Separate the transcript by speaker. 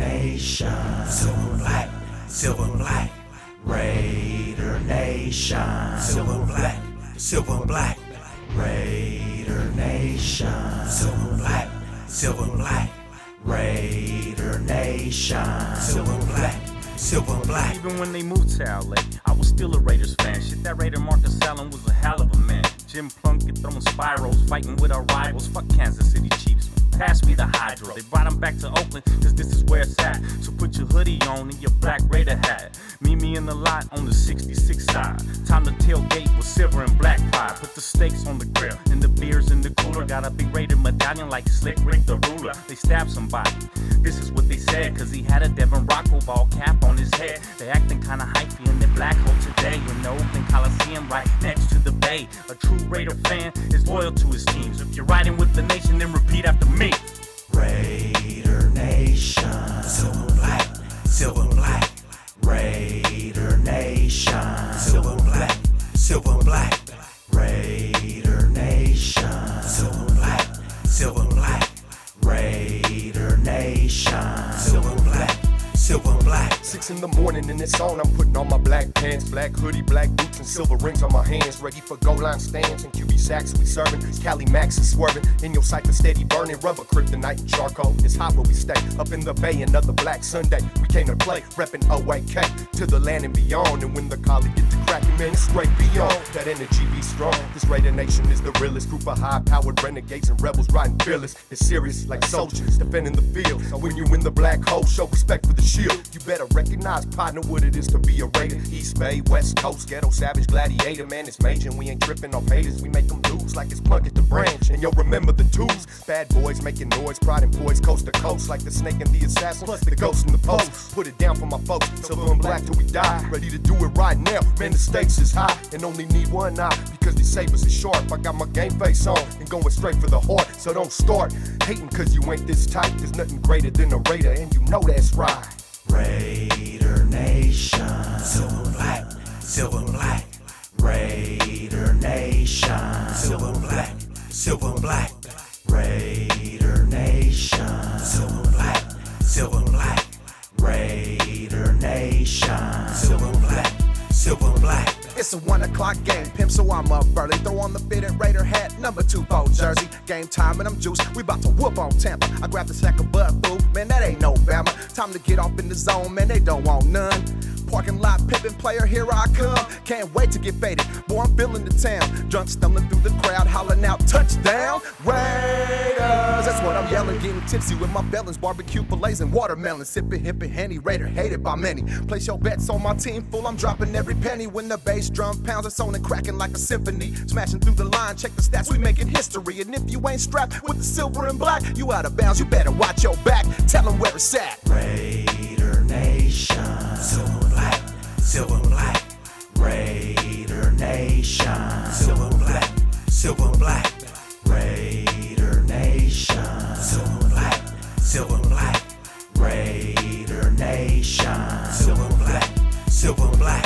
Speaker 1: Nation. Silver and black. Silver and black. Raider Nation. Silver and black. Silver and black. Raider Nation. Silver and black. Silver and black. Raider Nation. Silver and black. Silver and black.
Speaker 2: Even when they moved to LA, I was still a Raiders fan. Shit, that Raider Marcus Allen was a hell of a man. Jim Plunkett throwing spirals, fighting with our rivals. Fuck Kansas City Chiefs. Pass me the hydro. They brought him back to Oakland, cause this is where it's at. So put your hoodie on and your black Raider hat. Meet me in the lot on the 66 side. Time to tailgate with silver and black pride. Put the steaks on the grill and the beers in the cooler. Got a big Raider medallion like Slick Rick the Ruler. They stabbed somebody. This is what they said, cause he had a Devin Rocco ball cap on his head. They acting kinda hypey in the black hole today. In the Oakland Coliseum right next to the bay. A true Raider fan is loyal to his teams. If you're riding with the nation, then repeat after me.
Speaker 1: Raider Nation. Silver and black. Silver and black. Raider Nation. Silver and black. Silver and black. Raider Nation. Silver and black. Silver and black. Raider Nation. Silver and black. Silver and black.
Speaker 3: Six in the morning and it's on. I'm putting on my black pants, black hoodie, black boots, and silver rings on my hands. Ready for goal line stands and QB sacks we serving. Cali Max is swerving in your cipher, steady burning rubber, kryptonite and charcoal. It's hot where we stay. Up in the bay, another black Sunday. We came to play, reppin' OAK to the land and beyond. And when the collie get to cracking, man, it's great beyond. That energy be strong. This Raider Nation is the realest group of high-powered renegades and rebels riding fearless. It's serious like soldiers defending the field. And when you in the black hole, show respect for the shield. You better recognize, partner, what it is to be a Raider. East Bay, West Coast, ghetto, savage, gladiator, man, it's major. and We ain't tripping off haters, we make them lose like it's plug at the branch. And yo, remember the twos. Bad boys making noise, pride and poise, coast to coast, like the snake and the assassin, plus the ghost and the post. Put it down for my folks, silver and black till we die. Ready to do it right now, man, the stakes is high, and only need one eye. Because these sabers is sharp, I got my game face on and going straight for the heart. So don't start hating, cause you ain't this tight. There's nothing greater than a raider, and you know that's right.
Speaker 1: Raider Nation. Silver and black. Silver and black. Raider Nation. Silver and black. Silver and black. Raider Nation. Silver and black. Silver and black. Raider Nation. Silver and black. Silver and black.
Speaker 4: It's a one o'clock game, pimp, so I'm up early. Throw on the fitted Raider hat, number two fold jersey. Game time and I'm juiced. We about to whoop on Tampa. I grabbed a sack of butt food, man, that ain't no Bama. Time to get off in the zone, man, they don't want none. Parking lot pimping player, here I come. Can't wait to get faded, boy, I'm feeling the town. Drunk stumbling through the crowd, hollering out, touchdown, Raiders. That's what I'm yelling, getting tipsy with my felons. Barbecue fillets and watermelon, sipping hip and henny. Raider hated by many. Place your bets on my team, fool, I'm dropping every penny when the bass drum pounds it's on and cracking like a symphony. Smashing through the line, check the stats, we making history. And if you ain't strapped with the silver and black, you out of bounds, you better watch your back. Tell them where it's at.
Speaker 1: Raider Nation. Silver and black. Silver and black. Raider Nation. Silver and black. Silver and black. Raider Nation. Silver and black. Silver and black. Raider Nation. Silver and black. Silver and black.